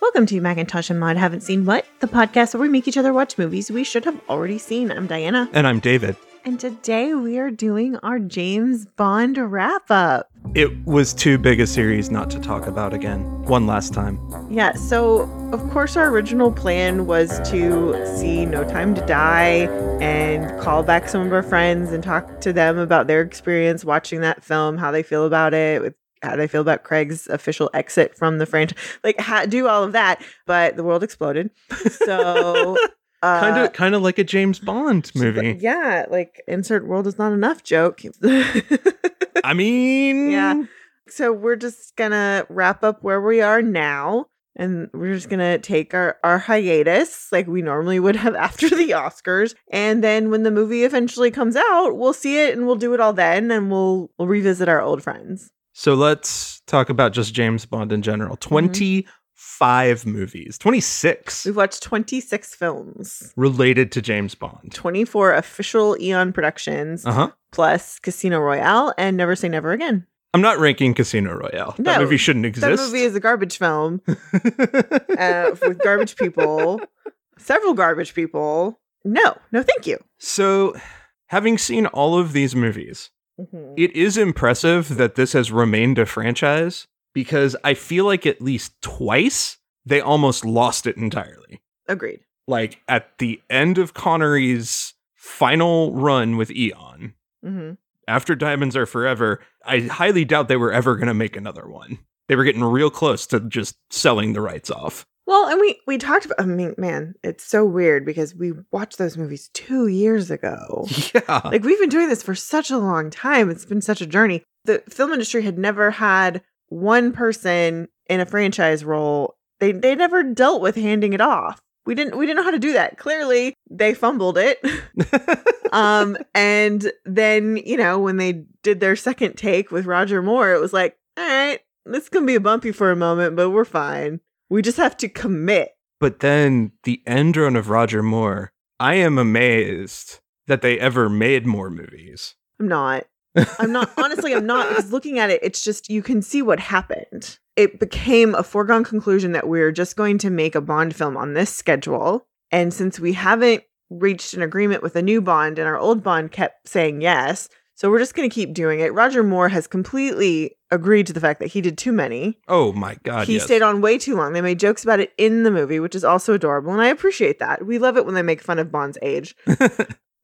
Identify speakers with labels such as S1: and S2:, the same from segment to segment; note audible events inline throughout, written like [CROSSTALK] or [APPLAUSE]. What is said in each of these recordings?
S1: Welcome to Macintosh and Mod Haven't Seen What, the podcast where we make each other watch movies we should have already seen. I'm Diana.
S2: And I'm David.
S1: And today we are doing our James Bond wrap up.
S2: It was too big a series not to talk about again. One last time.
S1: Yeah, so of course, our original plan was to see No Time to Die and call back some of our friends and talk to them about their experience watching that film, how they feel about it, with how they feel about Craig's official exit from the franchise, like ha- do all of that. But the world exploded. So. Uh,
S2: Kind of kind of like a
S1: [LAUGHS]
S2: James Bond [LAUGHS] movie.
S1: Yeah, like insert world is not enough joke. [LAUGHS]
S2: I mean,
S1: Yeah. so we're just gonna wrap up where we are now and we're just gonna take our, our hiatus like we normally would have [LAUGHS] after the oscars and then when the movie eventually comes out we'll see it and we'll do it all then and we'll, we'll revisit our old friends
S2: So let's talk about just James Bond in general.
S1: Mm-hmm.
S2: 25 movies. 26
S1: we've watched 26 films
S2: related to James Bond.
S1: 24 official eon productions
S2: Uh-huh.
S1: plus casino royale and never say never again
S2: I'm not ranking Casino Royale.
S1: No,
S2: that movie shouldn't exist.
S1: that movie is a garbage film
S2: [LAUGHS]
S1: uh, with garbage people several garbage people no no thank you
S2: so, having seen all of these movies, It is impressive that this has remained a franchise because I feel like at least twice they almost lost it entirely.
S1: Agreed.
S2: Like at the end of Connery's final run with Eon,
S1: hmm
S2: after Diamonds Are Forever, I highly doubt they were ever going to make another one. They were getting real close to just selling the rights off.
S1: Well, and we we talked about. I mean, man, it's so weird because we watched those movies two years ago.
S2: Yeah. [LAUGHS]
S1: Like we've been doing this for such a long time. It's been such a journey. The film industry had never had one person in a franchise role. They they never dealt with handing it off. We didn't we didn't know how to do that. Clearly, they fumbled it. [LAUGHS] um, and then you know when they did their second take with Roger Moore, it was like, all right, this can be bumpy for a moment, but we're fine. We just have to commit.
S2: But then the end run of Roger Moore, I am amazed that they ever made more movies.
S1: I'm not. I'm not. honestly, I'm not. Because looking at it, it's just you can see what happened. It became a foregone conclusion that we're just going to make a Bond film on this schedule, and since we haven't reached an agreement with a new Bond, and our old Bond kept saying yes. So we're just going to keep doing it. Roger Moore has completely agreed to the fact that he did too many.
S2: Oh my god.
S1: he
S2: yes.
S1: stayed on way too long. They made jokes about it in the movie, which is also adorable, and I appreciate that. We love it when they make fun of Bond's
S2: [LAUGHS]
S1: age.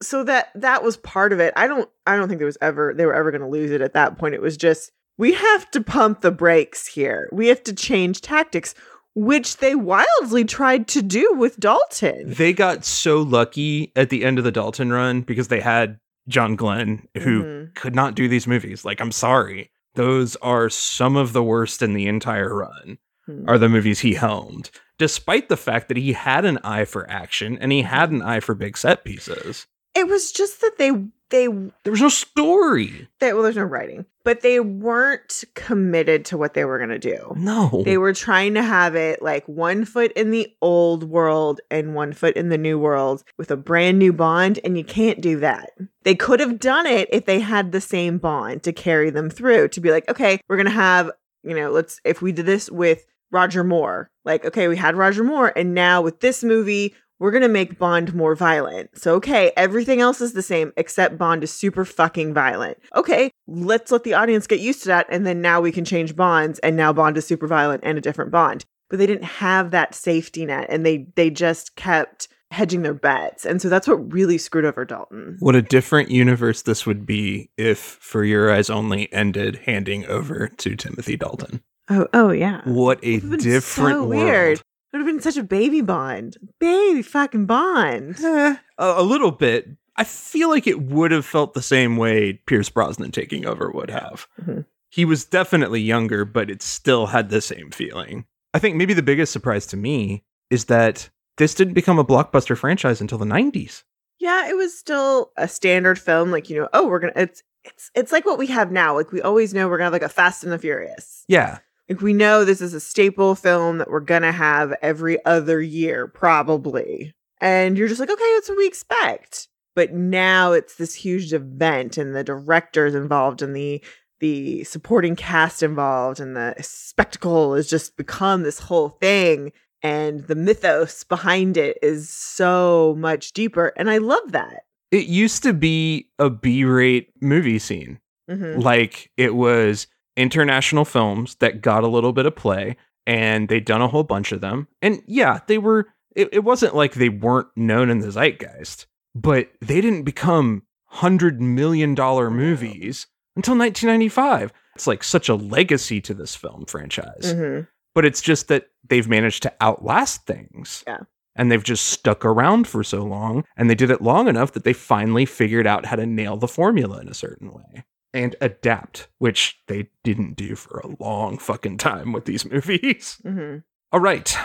S1: so that that was part of it. I don't I don't think there was ever they were ever going to lose it at that point. It was just we have to pump the brakes here. We have to change tactics, which they wildly tried to do with Dalton.
S2: they got so lucky at the end of the Dalton run because they had John Glenn who
S1: Mhm.
S2: could not do these movies. Like I'm sorry. Those are some of the worst in the entire run
S1: Hmm.
S2: are the movies he helmed, despite the fact that he had an eye for action and he
S1: Mm-hmm.
S2: had an eye for big set pieces.
S1: It was just that they they
S2: There was no story.
S1: they well there's no writing, but they weren't committed to what they were going to do.
S2: [LAUGHS] No.
S1: They were trying to have it like one foot in the old world and one foot in the new world with a brand new bond, and you can't do that. They could have done it if they had the same bond to carry them through to be like, okay, we're going to have, you know, let's, if we did this with Roger Moore, like, okay, we had Roger Moore, and now with this movie, we're going to make Bond more violent. So, okay, everything else is the same except Bond is super fucking violent. Okay, let's let the audience get used to that. And then now we can change Bonds. And now Bond is super violent and a different Bond. But they didn't have that safety net and they, they just kept hedging their bets. And so that's what really screwed over Dalton.
S2: What a different universe this would be if For Your Eyes Only ended handing over to Timothy Dalton.
S1: Oh, oh yeah.
S2: What a
S1: Would've been
S2: different
S1: so
S2: world.
S1: weird. It would have been such a baby Bond. Baby fucking Bond.
S2: Eh, a, a little bit. I feel like it would have felt the same way Pierce Brosnan taking over would have.
S1: Mhm.
S2: He was definitely younger, but it still had the same feeling. I think maybe the biggest surprise to me is that this didn't become a blockbuster franchise until the 90s.
S1: Yeah, it was still a standard film. Like you know, oh, we're gonna. It's it's it's like what we have now. Like we always know we're gonna have like a Fast and the Furious.
S2: Yeah.
S1: Like we know this is a staple film that we're gonna have every other year probably. And you're just like, okay, that's what we expect. But now it's this huge event, and the directors involved, and the the supporting cast involved, and the spectacle has just become this whole thing. and the mythos behind it is so much deeper. And I love that.
S2: It used to be a B rate movie scene.
S1: Mhm.
S2: Like it was international films that got a little bit of play and they'd done a whole bunch of them. And yeah, they were, it, it wasn't like they weren't known in the zeitgeist, but they didn't become $100 million movies until 1995. It's like such a legacy to this film franchise
S1: Mhm.
S2: but it's just that they've managed to outlast things.
S1: Yeah.
S2: And they've just stuck around for so long, and they did it long enough that they finally figured out how to nail the formula in a certain way and adapt, which they didn't do for a long fucking time with these [LAUGHS] movies.
S1: Mhm.
S2: All right.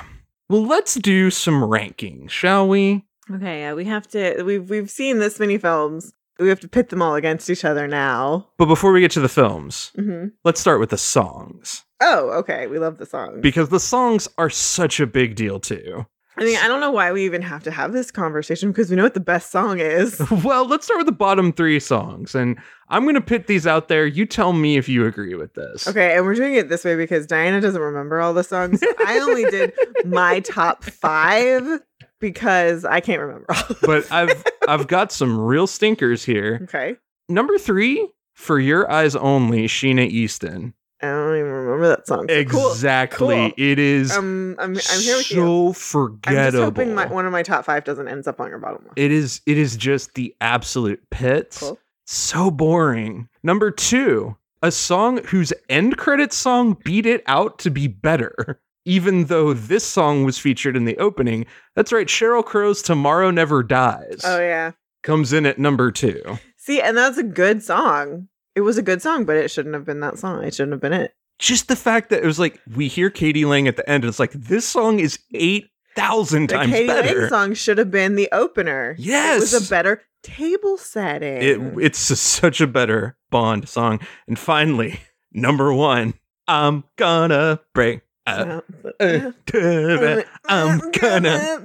S2: Well, let's do some ranking, shall we?
S1: Okay, yeah, we have to. We've we've seen this many films. We have to pit them all against each other now.
S2: But before we get to the films,
S1: hmm
S2: let's start with the songs
S1: Oh, okay. We love the song.
S2: because the songs are such a big deal too.
S1: I mean, I don't know why we even have to have this conversation because we know what the best song
S2: [LAUGHS]
S1: is.
S2: well, let's start with the bottom three songs, and I'm gonna pit these out there. You tell me if you agree with this.
S1: Okay, and we're doing it this way because Diana doesn't remember all the songs. So I only did my top five because I can't remember all.
S2: [LAUGHS] But I've I've got some real stinkers here.
S1: Okay,
S2: Number three, for your eyes only, Sheena Easton.
S1: I don't even remember that song. So cool.
S2: Exactly.
S1: Cool.
S2: It is
S1: Um, I'm, I'm here with
S2: so
S1: you. I'm
S2: forgettable.
S1: just hoping my, one of my top five doesn't end up on your bottom one.
S2: it is it is just the absolute pits.
S1: Cool.
S2: So boring. Number two, a song whose end credits song beat it out to be better. [LAUGHS] Even though this song was featured in the opening, that's right, Cheryl Crow's Tomorrow Never Dies
S1: Oh yeah.
S2: comes in at number two.
S1: See, and that's a good song. It was a good song, but it shouldn't have been that song. It shouldn't have been it.
S2: Just the fact that it was like, we hear Katie Lang at the end, and it's like, this song is 8,000
S1: The
S2: times
S1: Katie
S2: better.
S1: Lang song should have been the opener. It
S2: Yes.
S1: was a better table setting.
S2: It, it's just such a better Bond song. And finally, [LAUGHS] number one, I'm gonna break up.
S1: Yeah.
S2: Eh. I'm gonna.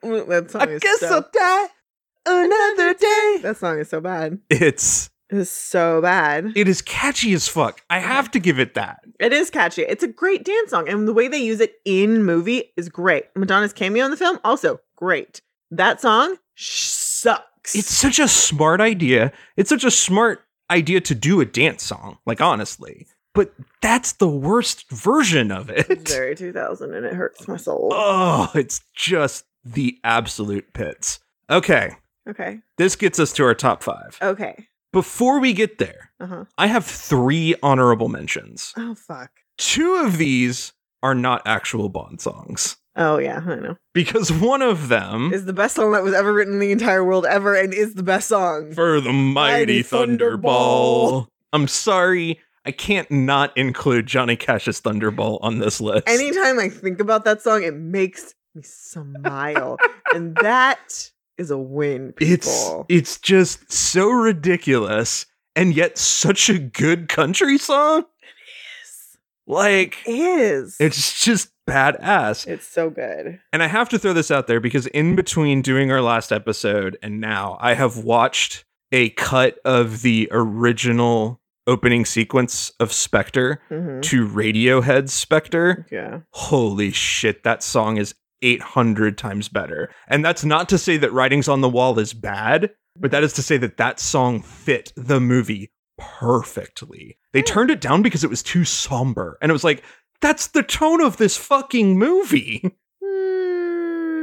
S1: That song is so,
S2: die another day.
S1: that song is so bad.
S2: It's
S1: It is so bad.
S2: it is catchy as fuck. I have to give it that.
S1: It is catchy. It's a great dance song, and the way they use it in movie is great. Madonna's cameo in the film also great. That song sh- sucks.
S2: It's such a smart idea. It's such a smart idea to do a dance song. Like honestly, but that's the worst version of
S1: It's
S2: it.
S1: very 2000, and it hurts my soul.
S2: Oh, it's just the absolute pits. Okay,
S1: Okay.
S2: this gets us to our top five.
S1: Okay.
S2: Before we get there,
S1: Uh huh.
S2: I have three honorable mentions.
S1: Oh fuck.
S2: Two of these are not actual Bond songs.
S1: Oh yeah, I know.
S2: because one of them
S1: Is the best song that was ever written in the entire world ever, and is the best song.
S2: for the mighty
S1: Mighty
S2: thunderball
S1: Thunderball.
S2: i'm sorry i can't not include johnny cash's thunderball on this list
S1: [LAUGHS] Anytime I think about that song, it makes me
S2: [LAUGHS]
S1: smile, and that is a win,
S2: it's
S1: people.
S2: it's just so ridiculous and yet such a good country song like
S1: It is.
S2: it's just badass
S1: It's so good.
S2: And I have to throw this out there because in between doing our last episode and now, I have watched a cut of the original opening sequence of Spectre
S1: hmm
S2: to Radiohead's Spectre.
S1: Yeah.
S2: Holy shit, that song is 800 times better. And that's not to say that Writings on the Wall is bad, but that is to say that that song fit the movie perfectly. They turned it down because it was too somber. And it was like, that's the tone of this fucking movie.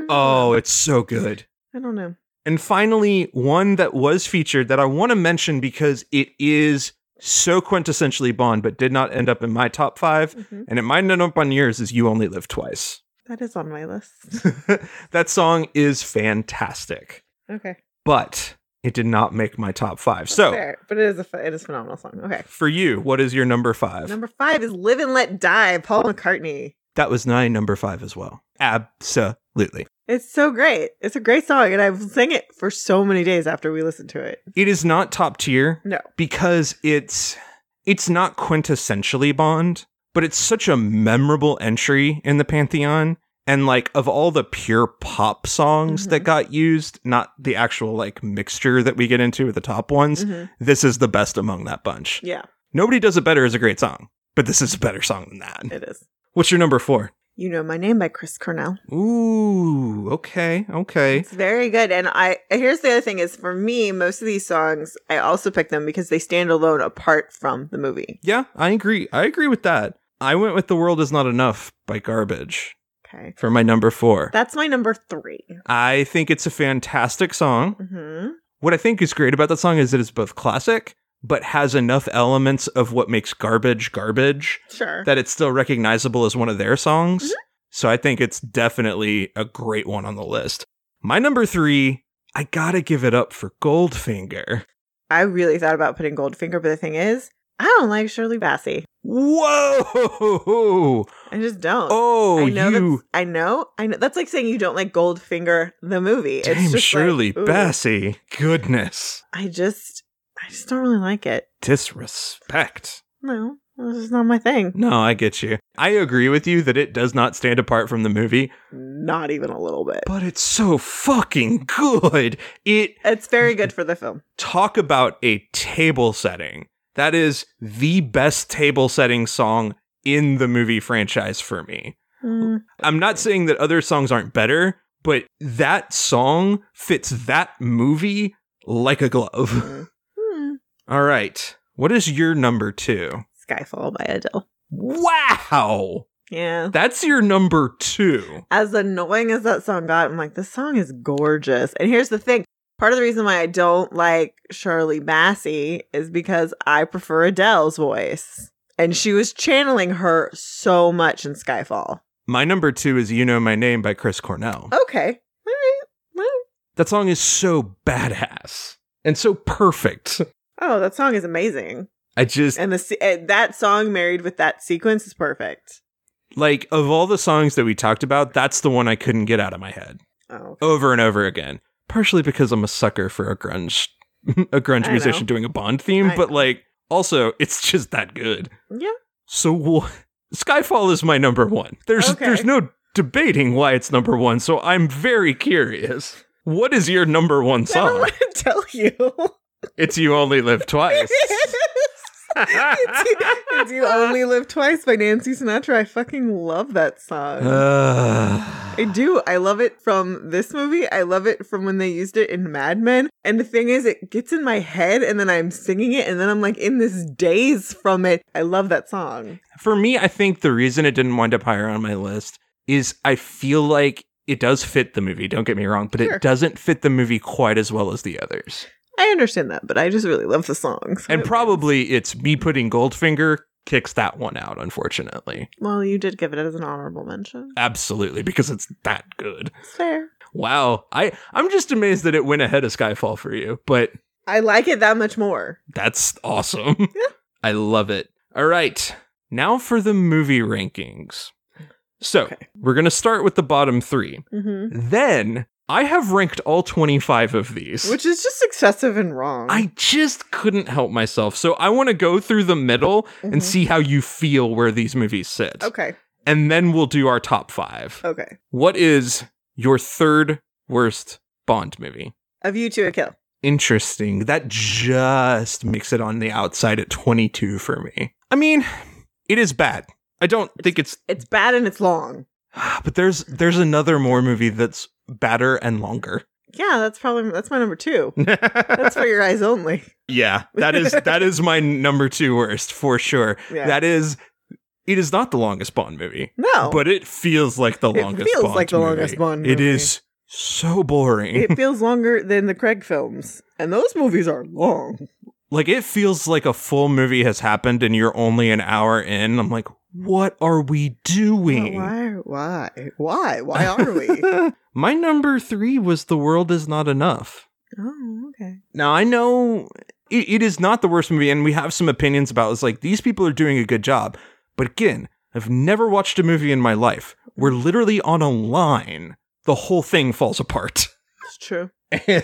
S2: Oh, it's so good.
S1: Hmm. I don't know.
S2: And finally, one that was featured that I want to mention because it is so quintessentially Bond, but did not end up in my top five,
S1: Mhm.
S2: and it might end up on yours is You Only
S1: [LAUGHS]
S2: Live Twice.
S1: That is on my list. [LAUGHS]
S2: that song is fantastic,
S1: Okay.
S2: but it did not make my top five. So
S1: Fair. but it is a ph- it is a phenomenal song. Okay.
S2: for you, what is your number five?
S1: Number five is "Live and Let Die," Paul McCartney.
S2: that was my number five as well. Absolutely.
S1: It's so great. It's a great song, and I've sang it for so many days after we listened to it.
S2: It is not top tier.
S1: No.
S2: because it's it's not quintessentially Bond, but it's such a memorable entry in the pantheon. And like of all the pure pop songs
S1: Mm-hmm.
S2: that got used, not the actual like mixture that we get into with the top ones,
S1: Mhm.
S2: this is the best among that bunch.
S1: Yeah,
S2: Nobody does it better is a great song, but this is a better song than that.
S1: it is.
S2: What's your number four?
S1: You Know My Name by Chris Cornell.
S2: Ooh, okay, okay.
S1: It's very good. And I here's the other thing is for me, most of these songs, I also pick them because they stand alone apart from the movie.
S2: Yeah, I agree. I agree with that. I went with The World Is Not Enough by Garbage
S1: Okay.
S2: for my number four.
S1: That's my number 3
S2: I think it's a fantastic song.
S1: Mm-hmm.
S2: What I think is great about that song is that it's both classic, but has enough elements of what makes garbage garbage
S1: Sure.
S2: that it's still recognizable as one of their songs.
S1: Mm-hmm.
S2: So I think it's definitely a great one on the list. My number three, I gotta give it up for Goldfinger.
S1: I really thought about putting Goldfinger, but the thing is, I don't like Shirley Bassey.
S2: Whoa!
S1: I just don't.
S2: Oh,
S1: I know
S2: you
S1: that's- I know. I know. That's like saying you don't like Goldfinger the movie. It's
S2: damn
S1: just
S2: Shirley
S1: like, ooh,
S2: Bassey. Goodness.
S1: I just, I just don't really like it.
S2: Disrespect.
S1: No, this is not my thing.
S2: No, I get you. I agree with you that it does not stand apart from the movie,
S1: Not even a little bit.
S2: but it's so fucking good. It
S1: It's very good for the [LAUGHS] film.
S2: talk about a table setting. That is the best table setting song in the movie franchise for me.
S1: Mm,
S2: I'm not saying that other songs aren't better, but that song fits that movie like a glove. [LAUGHS]
S1: mm.
S2: All right. What is your number two?
S1: Skyfall by Adele.
S2: Wow.
S1: Yeah.
S2: That's your number two.
S1: As annoying as that song got, I'm like, this song is gorgeous. And here's the thing. Part of the reason why I don't like Shirley Bassey is because I prefer Adele's voice. And she was channeling her so much in Skyfall.
S2: My number two is You Know My Name by Chris Cornell.
S1: Okay. All right.
S2: That song is so badass and so perfect.
S1: Oh, that song is amazing.
S2: I just,
S1: And the se- eh, that song married with that sequence is perfect.
S2: like, of all the songs that we talked about, that's the one I couldn't get out of my head
S1: Oh.
S2: over and over again. Partially because I'm a sucker for a grunge, [LAUGHS] a grunge
S1: I
S2: musician
S1: know.
S2: doing a Bond theme,
S1: I
S2: but
S1: know.
S2: like, also, it's just that good.
S1: Yeah.
S2: So wh- Skyfall is my number one. There's
S1: Okay.
S2: there's no debating why it's number one. So I'm very curious. What is your number one
S1: I don't [LAUGHS]
S2: song?
S1: want to tell you.
S2: it's You
S1: [LAUGHS]
S2: Only Live Twice. [LAUGHS]
S1: it's, you, It's You Only Live Twice by Nancy Sinatra. I fucking love that song.
S2: Uh.
S1: I
S2: Ugh.
S1: do. I love it from this movie. I love it from when they used it in Mad Men. And the thing is, it gets in my head and then I'm singing it and then I'm like in this daze from it. I love that song.
S2: For me, I think the reason it didn't wind up higher on my list is I feel like it does fit the movie, don't get me wrong, but
S1: Sure.
S2: it doesn't fit the movie quite as well as the others.
S1: I understand that, but I just really love the song. so
S2: And
S1: it-
S2: probably it's me putting Goldfinger kicks that one out, unfortunately.
S1: Well, you did give it as an honorable mention.
S2: Absolutely, because it's that good.
S1: It's fair.
S2: Wow. I, I'm just amazed that it went ahead of Skyfall for you, but
S1: I like it that much more.
S2: that's awesome.
S1: [LAUGHS]
S2: I love it. All right. Now for the movie rankings. So
S1: Okay.
S2: we're going to start with the bottom three.
S1: hmm
S2: Then I have ranked all 25 of these.
S1: Which is just excessive and wrong.
S2: I just couldn't help myself. So I want to go through the middle
S1: Mhm.
S2: and see how you feel where these movies sit.
S1: Okay.
S2: And then we'll do our top five.
S1: Okay.
S2: What is your third worst Bond movie?
S1: A View to a Kill.
S2: Interesting. That just makes it on the outside at 22 for me. I mean, it is bad. I don't think it's [SIGHS]
S1: It's bad and it's long.
S2: but there's there's another more movie that's badder
S1: [LAUGHS]
S2: and longer.
S1: Yeah, that's probably that's my number two. That's for your eyes
S2: [LAUGHS]
S1: only.
S2: yeah,
S1: [LAUGHS]
S2: that is that is my number 2 worst for sure.
S1: Yeah.
S2: That is it is not the longest Bond movie,
S1: no,
S2: but [LAUGHS] it feels like the
S1: Oh. It
S2: longest
S1: feels
S2: Bond
S1: like the
S2: movie.
S1: longest Bond
S2: It
S1: movie.
S2: is so boring.
S1: it feels longer than the Craig films, and those movies are
S2: [LAUGHS]
S1: long.
S2: [LAUGHS] like it feels like a full movie has happened and you're only an hour in. I'm like, what are we doing?
S1: Why? Why? Why? Why are
S2: [LAUGHS]
S1: we?
S2: My number three was The World Is Not Enough.
S1: oh, okay.
S2: Now I know it, it is not the worst movie, and we have some opinions about it. it's like these people are doing a good job. But again, I've never watched a movie in my life where literally on a line the whole thing falls apart. [LAUGHS]
S1: It's true.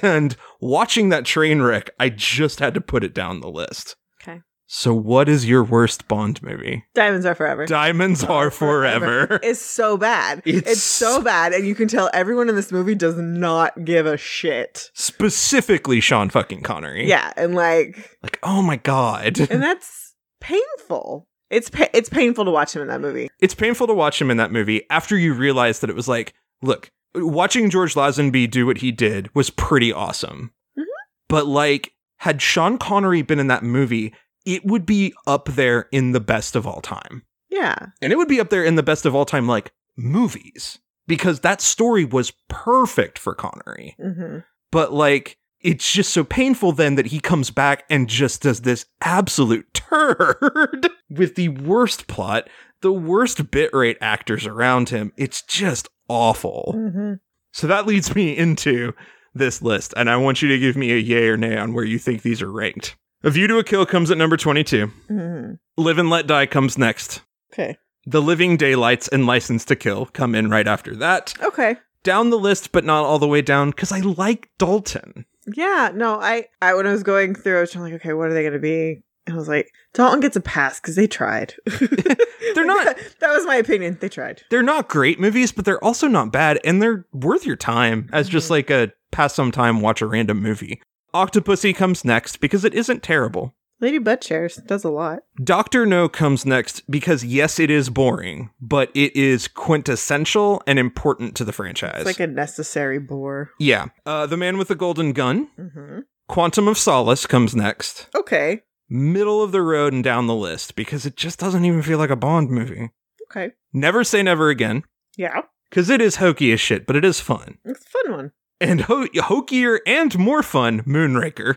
S2: And watching that train wreck, I just had to put it down the list.
S1: Okay.
S2: So what is your worst Bond movie?
S1: Diamonds are forever.
S2: Diamonds are
S1: Are forever.
S2: forever.
S1: [LAUGHS] it's so bad.
S2: It's-
S1: It's, so bad, and you can tell everyone in this movie does not give a shit.
S2: Specifically, Sean Eh. fucking Connery.
S1: Yeah, and like, [LAUGHS]
S2: Like, oh my god.
S1: and that's painful. It's pa- it's painful to watch him in that movie.
S2: It's painful to watch him in that movie after you realize that it was like, look, watching George Lazenby do what he did was pretty awesome.
S1: Mhm.
S2: But like, had Sean Connery been in that movie, it would be up there in the best of all time.
S1: Yeah.
S2: And it would be up there in the best of all time, like movies, because that story was perfect for Connery
S1: Mm-hmm.
S2: but like it's just so painful then that he comes back and just does this absolute [LAUGHS] turd with the worst plot, the worst bitrate actors around him. It's just awful.
S1: Mm-hmm.
S2: So that leads me into this list, and I want you to give me a yay or nay on where you think these are ranked. A View to a Kill comes at number 22.
S1: Mm-hmm.
S2: Live and Let Die comes next.
S1: Okay.
S2: The Living Daylights and License to Kill come in right after that.
S1: Okay.
S2: Down the list, but not all the way down, because I like Dalton.
S1: Yeah. No, I, I when I was going through, I was trying like, okay, what are they gonna be? And I was like, Dalton gets a pass because they tried. [LAUGHS] They're
S2: not-
S1: that was my opinion. They tried.
S2: they're not great movies, but they're also not bad, and they're worth your time as just
S1: Mhm.
S2: like a pass some time, watch a random movie. Octopussy comes next because it isn't terrible.
S1: Lady Butt Chairs does a lot.
S2: Doctor No comes next because yes, it is boring, but it is quintessential and important to the franchise.
S1: It's like a necessary bore.
S2: yeah, uh, the Man with the Golden Gun,
S1: Mm-hmm.
S2: Quantum of Solace comes next,
S1: Okay.
S2: middle of the road and down the list because it just doesn't even feel like a Bond movie.
S1: Okay.
S2: Never Say Never Again
S1: Yeah.
S2: because it is hokey as shit, but it is fun.
S1: It's a fun one.
S2: and ho- hokier and more fun Moonraker.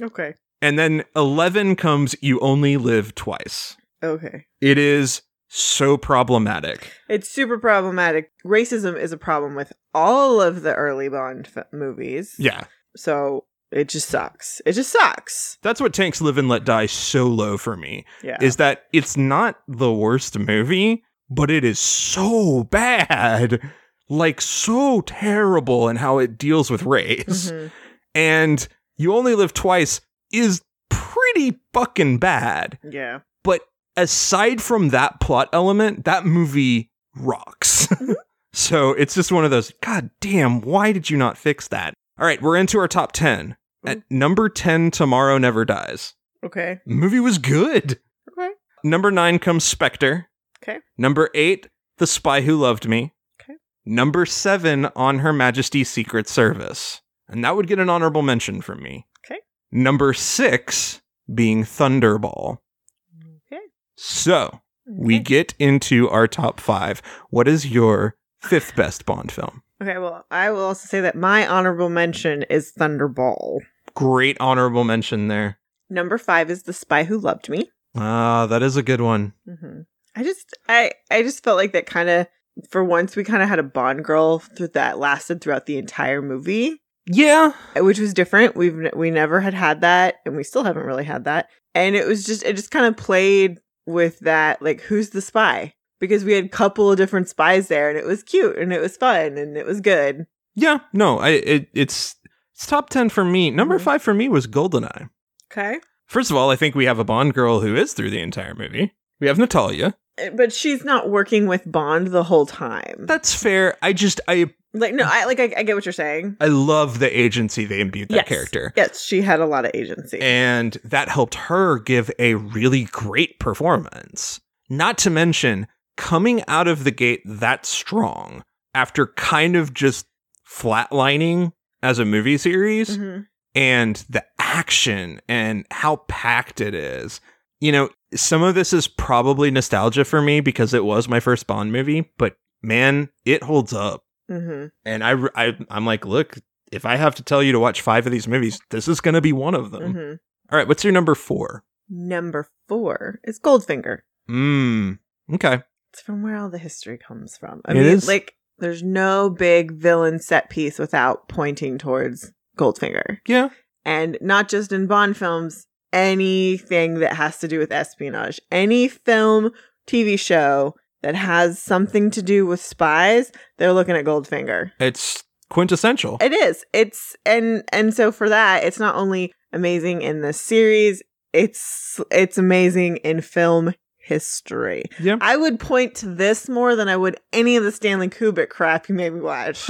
S1: Okay.
S2: And then 11 comes You Only Live Twice.
S1: Okay.
S2: It is so problematic.
S1: It's super problematic. Racism is a problem with all of the early Bond f- movies.
S2: Yeah.
S1: So it just sucks. It just sucks.
S2: That's what Tanks Live and Let Die so low for me
S1: Yeah.
S2: is that it's not the worst movie, but it is so bad. Like so terrible in how it deals with race.
S1: Mhm.
S2: And You Only Live Twice is pretty fucking bad.
S1: Yeah.
S2: But aside from that plot element, that movie rocks. [LAUGHS]
S1: Mm-hmm.
S2: so it's just one of those, God damn, why did you not fix that? All right, we're into our top 10.
S1: Mm-hmm.
S2: At number 10, Tomorrow Never Dies.
S1: Okay.
S2: Movie was good.
S1: Okay.
S2: Number nine comes Spectre.
S1: Okay.
S2: Number eight, The Spy Who Loved Me.
S1: Okay.
S2: Number seven, On Her Majesty's Secret Service. And that would get an honorable mention from me.
S1: Okay.
S2: Number six being Thunderball.
S1: Okay.
S2: So we
S1: okay.
S2: get into our top five. What is your fifth best Bond film?
S1: Okay, well, I will also say that my honorable mention is Thunderball.
S2: Great honorable mention there.
S1: Number five is The Spy Who Loved Me.
S2: Ah, that is a good one.
S1: hmm I just, I, I just felt like that kind of. For once, we kind of had a Bond girl through that lasted throughout the entire movie.
S2: Yeah.
S1: which was different. We've n- we never had had that, and we still haven't really had that. And it was just it just kind of played with that, like who's the spy? Because we had a couple of different spies there, and it was cute, and it was fun, and it was good.
S2: Yeah. No, I it, it's it's top ten for me. Number
S1: Mhm.
S2: five for me was Goldeneye.
S1: Okay,
S2: First of all, I think we have a Bond girl who is through the entire movie. We have Natalia.
S1: Eh, but she's not working with Bond the whole time.
S2: That's fair. I just I
S1: like no, I like I, I get what you're saying.
S2: I love the agency they imbued that
S1: Yes.
S2: character.
S1: Yes, she had a lot of agency.
S2: And that helped her give a really great performance. Not to mention coming out of the gate that strong after kind of just flatlining as a movie series
S1: Mhm.
S2: and the action and how packed it is. You know, some of this is probably nostalgia for me because it was my first Bond movie, but man, it holds up
S1: Mhm.
S2: and I, I I'm like, look, if I have to tell you to watch five of these movies, this is going to be one of them.
S1: Mhm.
S2: All right, what's your number four?
S1: Number four is Goldfinger.
S2: Mm. Okay.
S1: It's from where all the history comes from. I
S2: It
S1: mean,
S2: is?
S1: like, there's no big villain set piece without pointing towards Goldfinger.
S2: Yeah.
S1: And not just in Bond films, anything that has to do with espionage, any film, TV show that has something to do with spies, they're looking at Goldfinger.
S2: It's quintessential.
S1: It is. It's and and so for that, it's not only amazing in this series, it's it's amazing in film history.
S2: Yeah.
S1: I would point to this more than I would any of the Stanley Kubrick crap you made me watch.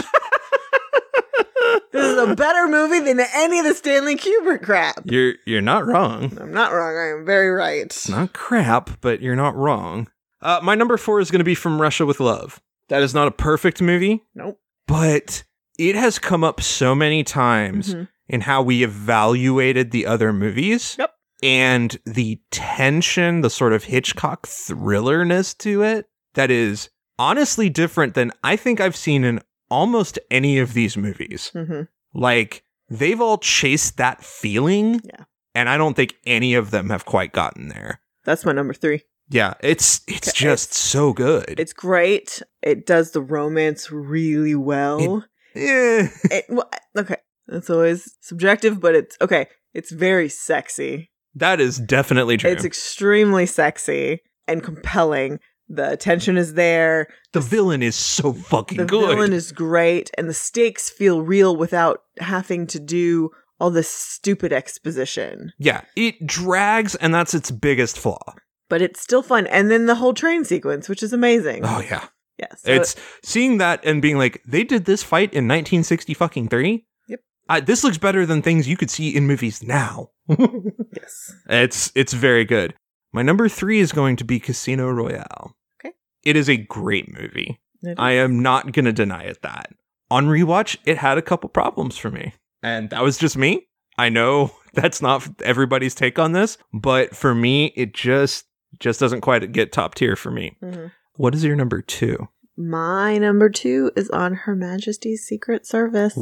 S1: This is a better movie than any of the Stanley Kubrick crap.
S2: You're you're not wrong.
S1: I'm not wrong. I am very right.
S2: It's not crap, but you're not wrong. Uh, my number four is going to be From Russia with Love. That is not a perfect movie,
S1: Nope.
S2: but it has come up so many times
S1: Mhm.
S2: in how we evaluated the other movies.
S1: Yep.
S2: And the tension, the sort of Hitchcock thrillerness to it, that is honestly different than I think I've seen in almost any of these movies.
S1: Mhm.
S2: Like they've all chased that feeling.
S1: Yeah.
S2: And I don't think any of them have quite gotten there.
S1: That's my number three.
S2: Yeah, it's it's
S1: Okay.
S2: just so good.
S1: It's great. It does the romance really well.
S2: Eh.
S1: It, well okay. That's always subjective, but it's okay. It's very sexy.
S2: that is definitely true.
S1: It's extremely sexy and compelling. The tension is there.
S2: the villain is so fucking
S1: The
S2: good.
S1: villain is great, and the stakes feel real without having to do all this stupid exposition.
S2: yeah, it drags, and that's its biggest flaw.
S1: But it's still fun. And then the whole train sequence, which is amazing.
S2: Oh yeah,
S1: yes.
S2: it's seeing that and being like, they did this fight in 1960 fucking three.
S1: Yep.
S2: I, this looks better than things you could see in movies now.
S1: yes.
S2: It's it's very good. My number three is going to be Casino Royale.
S1: Okay.
S2: It is a great movie.
S1: It
S2: I am not going to deny it that. On rewatch, it had a couple problems for me. And that was just me. I know [LAUGHS] that's not everybody's take on this, but for me, it just just doesn't quite get top tier for me.
S1: Mhm.
S2: What is your number 2?
S1: My number two is on Her Majesty's Secret Service.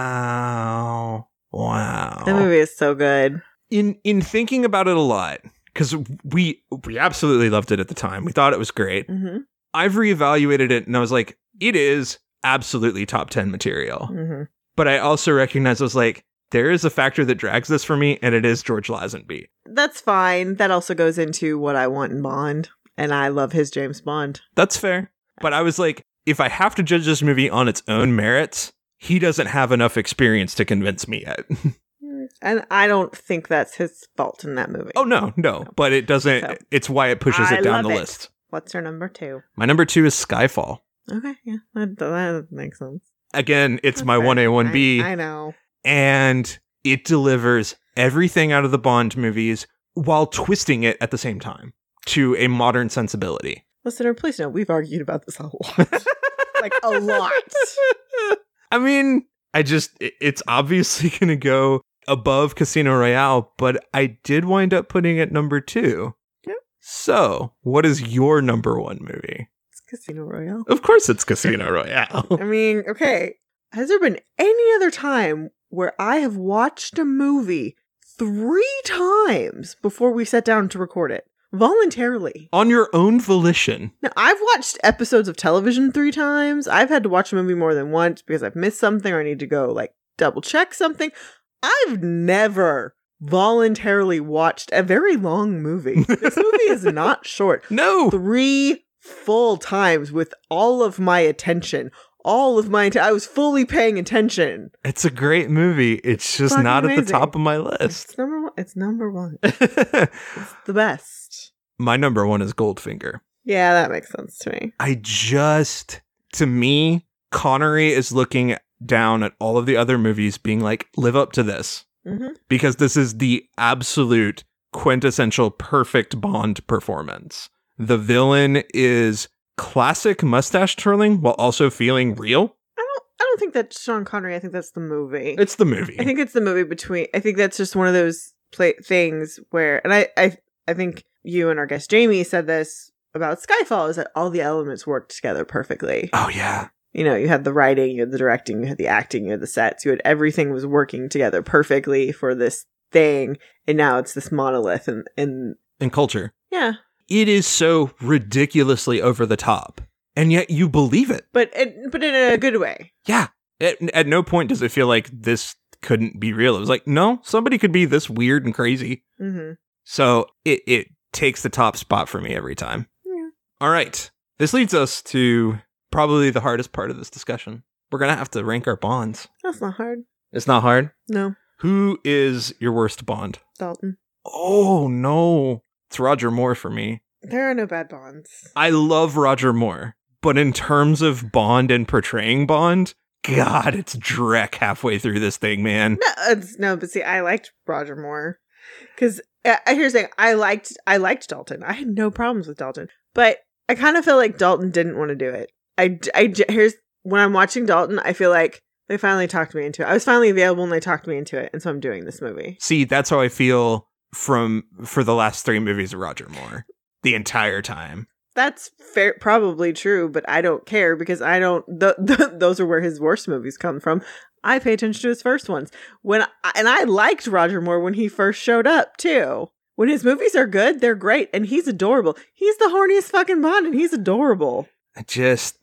S2: Wow. Wow.
S1: That movie is so good.
S2: in in thinking about it a lot cuz we we absolutely loved it at the time. We thought it was great.
S1: hmm
S2: I've reevaluated it and I was like, it is absolutely top 10 material.
S1: hmm
S2: but I also recognize I was like, there is a factor that drags this for me, and it is George Lazenby.
S1: That's fine. That also goes into what I want in Bond. And I love his James Bond.
S2: That's fair. But I was like, if I have to judge this movie on its own merits, he doesn't have enough experience to convince me yet. [LAUGHS]
S1: And I don't think that's his fault in that movie.
S2: oh no, no. But it doesn't
S1: So-
S2: it's why it pushes
S1: I
S2: it down
S1: love
S2: the
S1: it.
S2: list.
S1: What's her number two?
S2: My number two is Skyfall.
S1: Okay, yeah, that, that makes sense.
S2: Again, it's
S1: That's
S2: my
S1: fair.
S2: one A one B.
S1: I, I know.
S2: and it delivers everything out of the Bond movies while twisting it at the same time to a modern sensibility.
S1: Listener, please know we've argued about this a lot. [LAUGHS] like a lot.
S2: [LAUGHS] I mean, I just i- it's obviously [LAUGHS] going to go above Casino Royale, but I did wind up putting it number 2.
S1: Yeah.
S2: So, what is your number 1 movie?
S1: It's Casino Royale.
S2: Of course it's
S1: [LAUGHS]
S2: Casino Royale.
S1: I mean, okay. Has there been any other time where I have watched a movie three times before we sat down to record it? Voluntarily.
S2: On your own volition.
S1: Now, I've watched episodes of television three times. I've had to watch a movie more than once because I've missed something or I need to go, like, double check something. I've never voluntarily watched a very long movie. This movie is not short
S2: No.
S1: three full times with all of my attention. All of my, atten- I was fully paying attention.
S2: It's a great movie. It's just
S1: Fucking
S2: not at the
S1: amazing.
S2: top of my list.
S1: It's number one. It's number one. It's the best.
S2: [LAUGHS] my number 1 is Goldfinger.
S1: Yeah, that makes sense to me.
S2: I just, to me, Connery is looking down at all of the other movies, being like, live up to this.
S1: Mhm.
S2: Because this is the absolute quintessential perfect Bond performance. The villain is classic mustache twirling while also feeling real.
S1: I don't. I don't think that's Sean Connery. I think that's the movie.
S2: It's the movie.
S1: I think it's the movie between. I think that's just one of those play things where, and I, I, I think you and our guest Jamie said this about Skyfall is that all the elements work together perfectly.
S2: oh, yeah.
S1: you know, you had the writing, you had the directing, you had the acting, you had the sets, you had everything was working together perfectly for this thing, and now it's this monolith, and and
S2: And culture.
S1: yeah,
S2: It is so ridiculously over the top. And yet you believe it.
S1: but it, but in a good way.
S2: Yeah. At, at no point does it feel like this couldn't be real. It was like, no, somebody could be this weird and crazy.
S1: hmm
S2: So it, it takes the top spot for me every time.
S1: Yeah.
S2: All right. This leads us to probably the hardest part of this discussion. We're going to have to rank our bonds.
S1: That's not hard.
S2: It's not hard.
S1: No,
S2: Who is your worst bond?
S1: Dalton,
S2: Oh, no. It's Roger Moore for me.
S1: there are no bad bonds.
S2: I love Roger Moore, but in terms of Bond and portraying Bond, God, it's Drek halfway through this thing, man.
S1: No, it's, no, but see, I liked Roger Moore because uh, here's the thing: I liked I liked Dalton. I had no problems with Dalton, but I kind of feel like Dalton didn't want to do it. I, I here's when I'm watching Dalton, I feel like they finally talked me into it. I was finally available, and they talked me into it, and so I'm doing this movie.
S2: See, that's how I feel from for the last three movies of Roger Moore the entire time.
S1: That's fair, probably true, but I don't care because I don't. The, [LAUGHS] the, those are where his worst movies come from. I pay attention to his first ones when, I, and I liked Roger Moore when he first showed up too. When his movies are good, they're great, and he's adorable. He's the horniest fucking Bond, and he's adorable.
S2: I just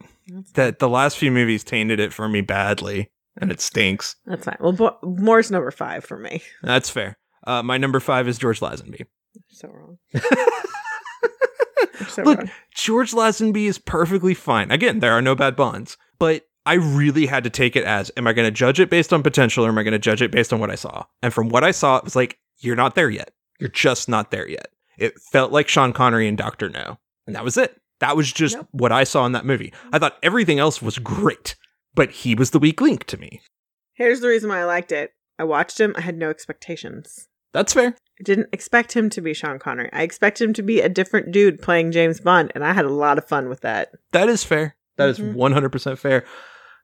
S2: that the last few movies tainted it for me badly, and it stinks.
S1: That's fine. Well, Bo- Moore's number five for me.
S2: That's fair. Uh, my number five is George Lazenby.
S1: So [LAUGHS] wrong.
S2: So Look, wrong. George Lazenby is perfectly fine. Again, there are no bad bonds, but I really had to take it as am I going to judge it based on potential or am I going to judge it based on what I saw? And from what I saw, it was like, you're not there yet. You're just not there yet. It felt like Sean Connery and Dr. No. And that was it. That was just yep. what I saw in that movie. I thought everything else was great, but he was the weak link to me.
S1: Here's the reason why I liked it I watched him, I had no expectations.
S2: That's fair.
S1: I didn't expect him to be Sean Connery. I expect him to be a different dude playing James Bond, and I had a lot of fun with that.
S2: That is fair. That mm-hmm. is 100% fair.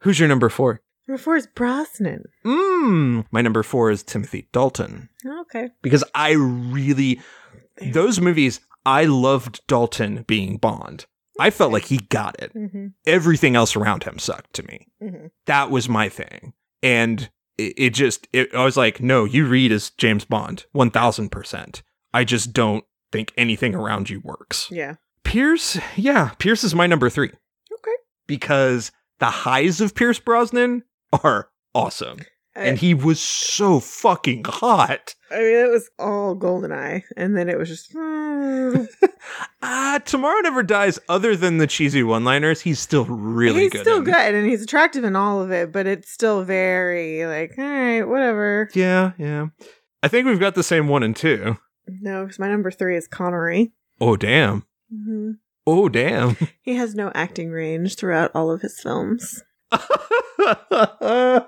S2: Who's your number four?
S1: Number four is Brosnan.
S2: Mmm. My number four is Timothy Dalton.
S1: Okay.
S2: Because I really, those movies, I loved Dalton being Bond. I felt like he got it. Mm-hmm. Everything else around him sucked to me. Mm-hmm. That was my thing. And it, it just it, I was like, no, you read as James Bond, one thousand percent. I just don't think anything around you works.
S1: Yeah,
S2: Pierce. Yeah, Pierce is my number three.
S1: Okay,
S2: because the highs of Pierce Brosnan are awesome.
S1: Uh,
S2: I, and he was so fucking hot.
S1: I mean, it was all Goldeneye, and then it was just mm.
S2: ah. Tomorrow Never Dies. Other than the cheesy one-liners, he's still [LAUGHS] really
S1: he's
S2: good.
S1: Still
S2: in.
S1: good, and he's attractive in all of it, but it's still very like, all right, whatever.
S2: Yeah, yeah. I think we've got the same one and two.
S1: No, because my number three is Connery.
S2: Oh damn. Mm-hmm. Oh damn.
S1: He has no acting range throughout all of his films.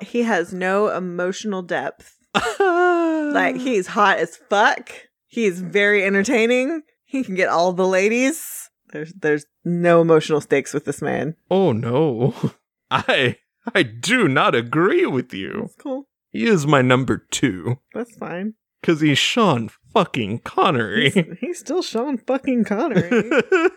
S1: he has no emotional depth. [LAUGHS]
S2: Mm.
S1: like he's hot as fuck. He's very entertaining. He can get all the ladies. There's there's no emotional stakes with this man.
S2: [LAUGHS] Oh no. I I do not agree with you.
S1: That's cool.
S2: He is my number 2.
S1: That's fine.
S2: Cuz he's Sean fucking Connery.
S1: He's, he's, still Sean fucking Connery.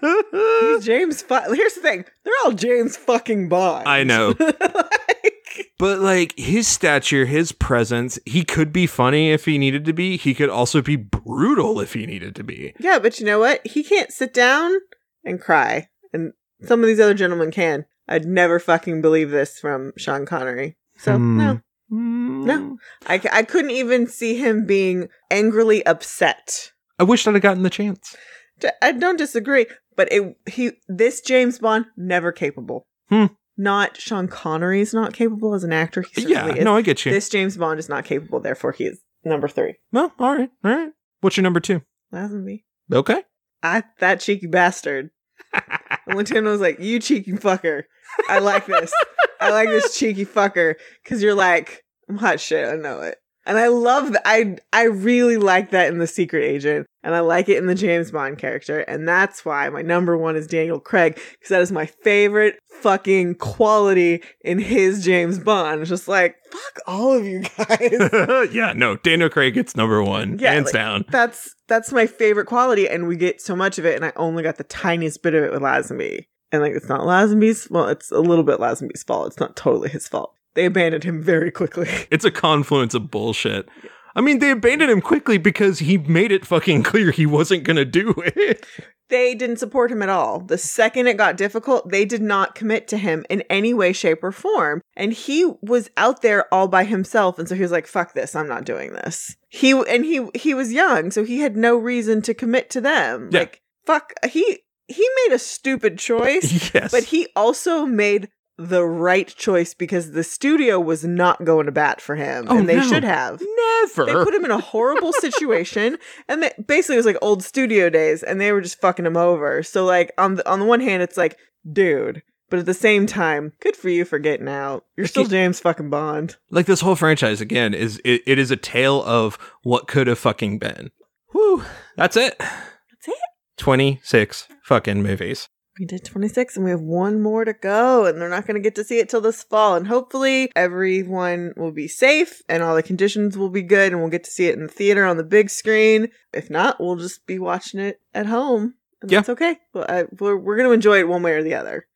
S2: [LAUGHS]
S1: he's James. Fu- Here's the thing: they're all James fucking Bond.
S2: I
S1: [LAUGHS]
S2: know. like, but like his stature, his presence, he could be funny if he needed to be. He could also be brutal if he needed to be.
S1: Yeah, but you know what? He can't sit down and cry, and some of these other gentlemen can. I'd never fucking believe this from Sean Connery. So mm.
S2: Hmm.
S1: no. No, I, I couldn't even see him being angrily upset.
S2: I wish I'd have gotten the chance.
S1: I don't disagree, but it he this James Bond never capable.
S2: Hmm.
S1: Not Sean Connery is not capable as an actor.
S2: yeah, is. no, I get you.
S1: This James Bond is not capable, therefore he is number three.
S2: Well, all right, all right. What's your number two?
S1: Lazenby.
S2: Okay.
S1: I that cheeky bastard. Lieutenant was like, "You cheeky fucker." I like this. I like this cheeky fucker because you're like, I'm hot shit. I know it. And I love that. I, I really like that in The Secret Agent. And I like it in the James Bond character. And that's why my number one is Daniel Craig because that is my favorite fucking quality in his James Bond. It's just like, fuck all of you guys.
S2: [LAUGHS] yeah, no, Daniel Craig gets number one. Yeah, hands like, down.
S1: That's that's my favorite quality. And we get so much of it. And I only got the tiniest bit of it with Lazenby and like it's not Lazenby's. Well, it's a little bit Lazenby's fault. It's not totally his fault. They abandoned him very quickly. [LAUGHS]
S2: It's a confluence of bullshit. I mean, they abandoned him quickly because he made it fucking [LAUGHS] clear he wasn't going to do it.
S1: They didn't support him at all. The second it got difficult, they did not commit to him in any way, shape, or form. And he was out there all by himself, and so he was like, "Fuck this! I'm not doing this." He and he he was young, so he had no reason to commit to them.
S2: Yeah.
S1: Like, fuck, he he made a stupid choice,
S2: yes.
S1: but he also made the right choice because the studio was not going to bat for him,
S2: oh,
S1: and they
S2: no.
S1: should have.
S2: Never.
S1: They put him in a horrible situation, and they, basically it was like old studio days, and they were just fucking him over. So like on the on the one hand, it's like, dude, But at the same time, good for you for getting out. You're still James fucking Bond.
S2: Like this whole franchise again is it, it is a tale of what could have fucking been. Whew. That's it. That's
S1: it?
S2: 26 fucking movies. [LAUGHS]
S1: We did 26 and we have one more to go, and they're not going to get to see it till this fall. And hopefully, everyone will be safe and all the conditions will be good, and we'll get to see it in the theater on the big screen. If not, we'll just be watching it at home. And
S2: Yeah.
S1: that's okay. Well, I, we're we're going to enjoy it one way or the other.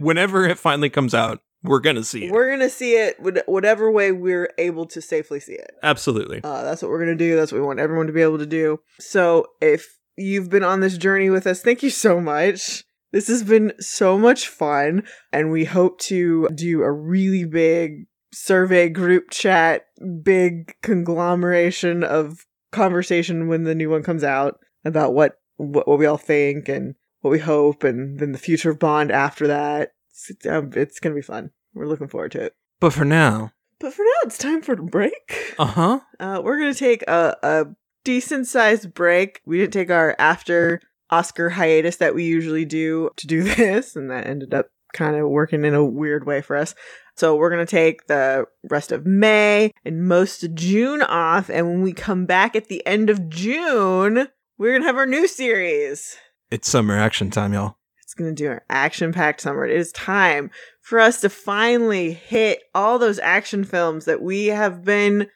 S2: Whenever it finally comes out, we're going to see it.
S1: We're going to see it wh- whatever way we're able to safely see it.
S2: Absolutely.
S1: Uh, that's what we're going to do. That's what we want everyone to be able to do. So if you've been on this journey with us, thank you so much. This has been so much fun. And we hope to do a really big survey group chat, big conglomeration of conversation when the new one comes out about what, what, what we all think and what we hope and then the future of Bond after that. It's, um, it's going to be fun. We're looking forward to it.
S2: But for now,
S1: But for now, it's time for a break. [LAUGHS]
S2: uh-huh.
S1: Uh, we're gonna take a, a decent sized break. We didn't take our after Oscar hiatus that we usually do to do [LAUGHS] this, and that ended up kind of working in a weird way for us. So we're gonna take the rest of May and most of June off, and when we come back at the end of June, we're gonna have our new series.
S2: It's summer action time, y'all.
S1: It's going to do our action packed summer. It is time for us to finally hit all those action films that we have been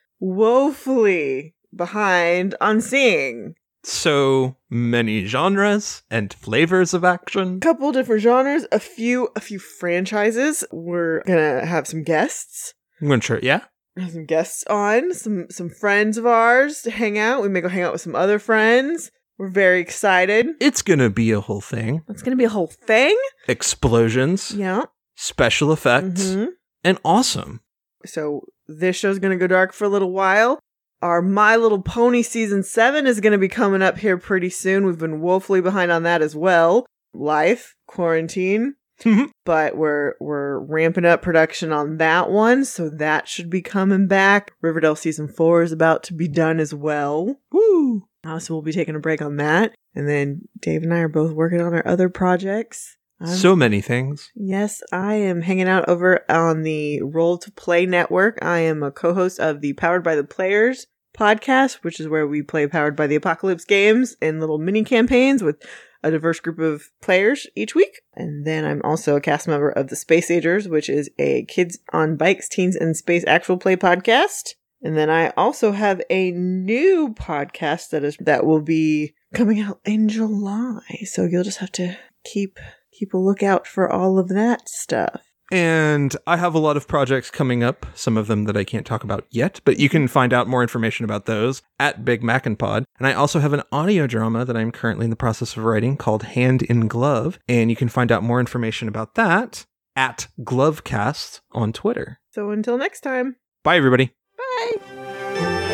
S1: woefully behind on seeing.
S2: So many genres and flavors of action.
S1: A couple different genres, a few a few franchises. We're going to have some guests.
S2: I'm going to try, yeah?
S1: have some guests on, some some friends of ours to hang out. We may go hang out with some other friends. We're very excited.
S2: It's going to be a whole thing.
S1: It's going to be a whole thing.
S2: Explosions,
S1: Yeah.
S2: special effects,
S1: Mhm.
S2: and awesome.
S1: so this show's going to go dark for a little while. Our My Little Pony season seven is going to be coming up here pretty soon. We've been woefully behind on that as well. Life, quarantine,
S2: Mhm.
S1: but we're we're ramping up production on that one, so that should be coming back. Riverdale season four is about to be done as well.
S2: Woo!
S1: Uh, so we'll be taking a break on that, and then Dave and I are both working on our other projects. I'm-
S2: So many things.
S1: Yes, I am hanging out over on the Roll to Play Network. I am a co host of the Powered by the Players podcast, which is where we play Powered by the Apocalypse games in little mini campaigns with a diverse group of players each week. And then I'm also a cast member of the Space Agers, which is a kids on bikes, teens, and space actual play podcast. And then I also have a new podcast that is that will be coming out in July. So you'll just have to keep keep a lookout for all of that stuff.
S2: And I have a lot of projects coming up, some of them that I can't talk about yet, but you can find out more information about those at Big Mac and Pod. And I also have an audio drama that I'm currently in the process of writing called Hand in Glove, and you can find out more information about that at Glovecast on Twitter.
S1: So until next time,
S2: Bye everybody.
S1: bye.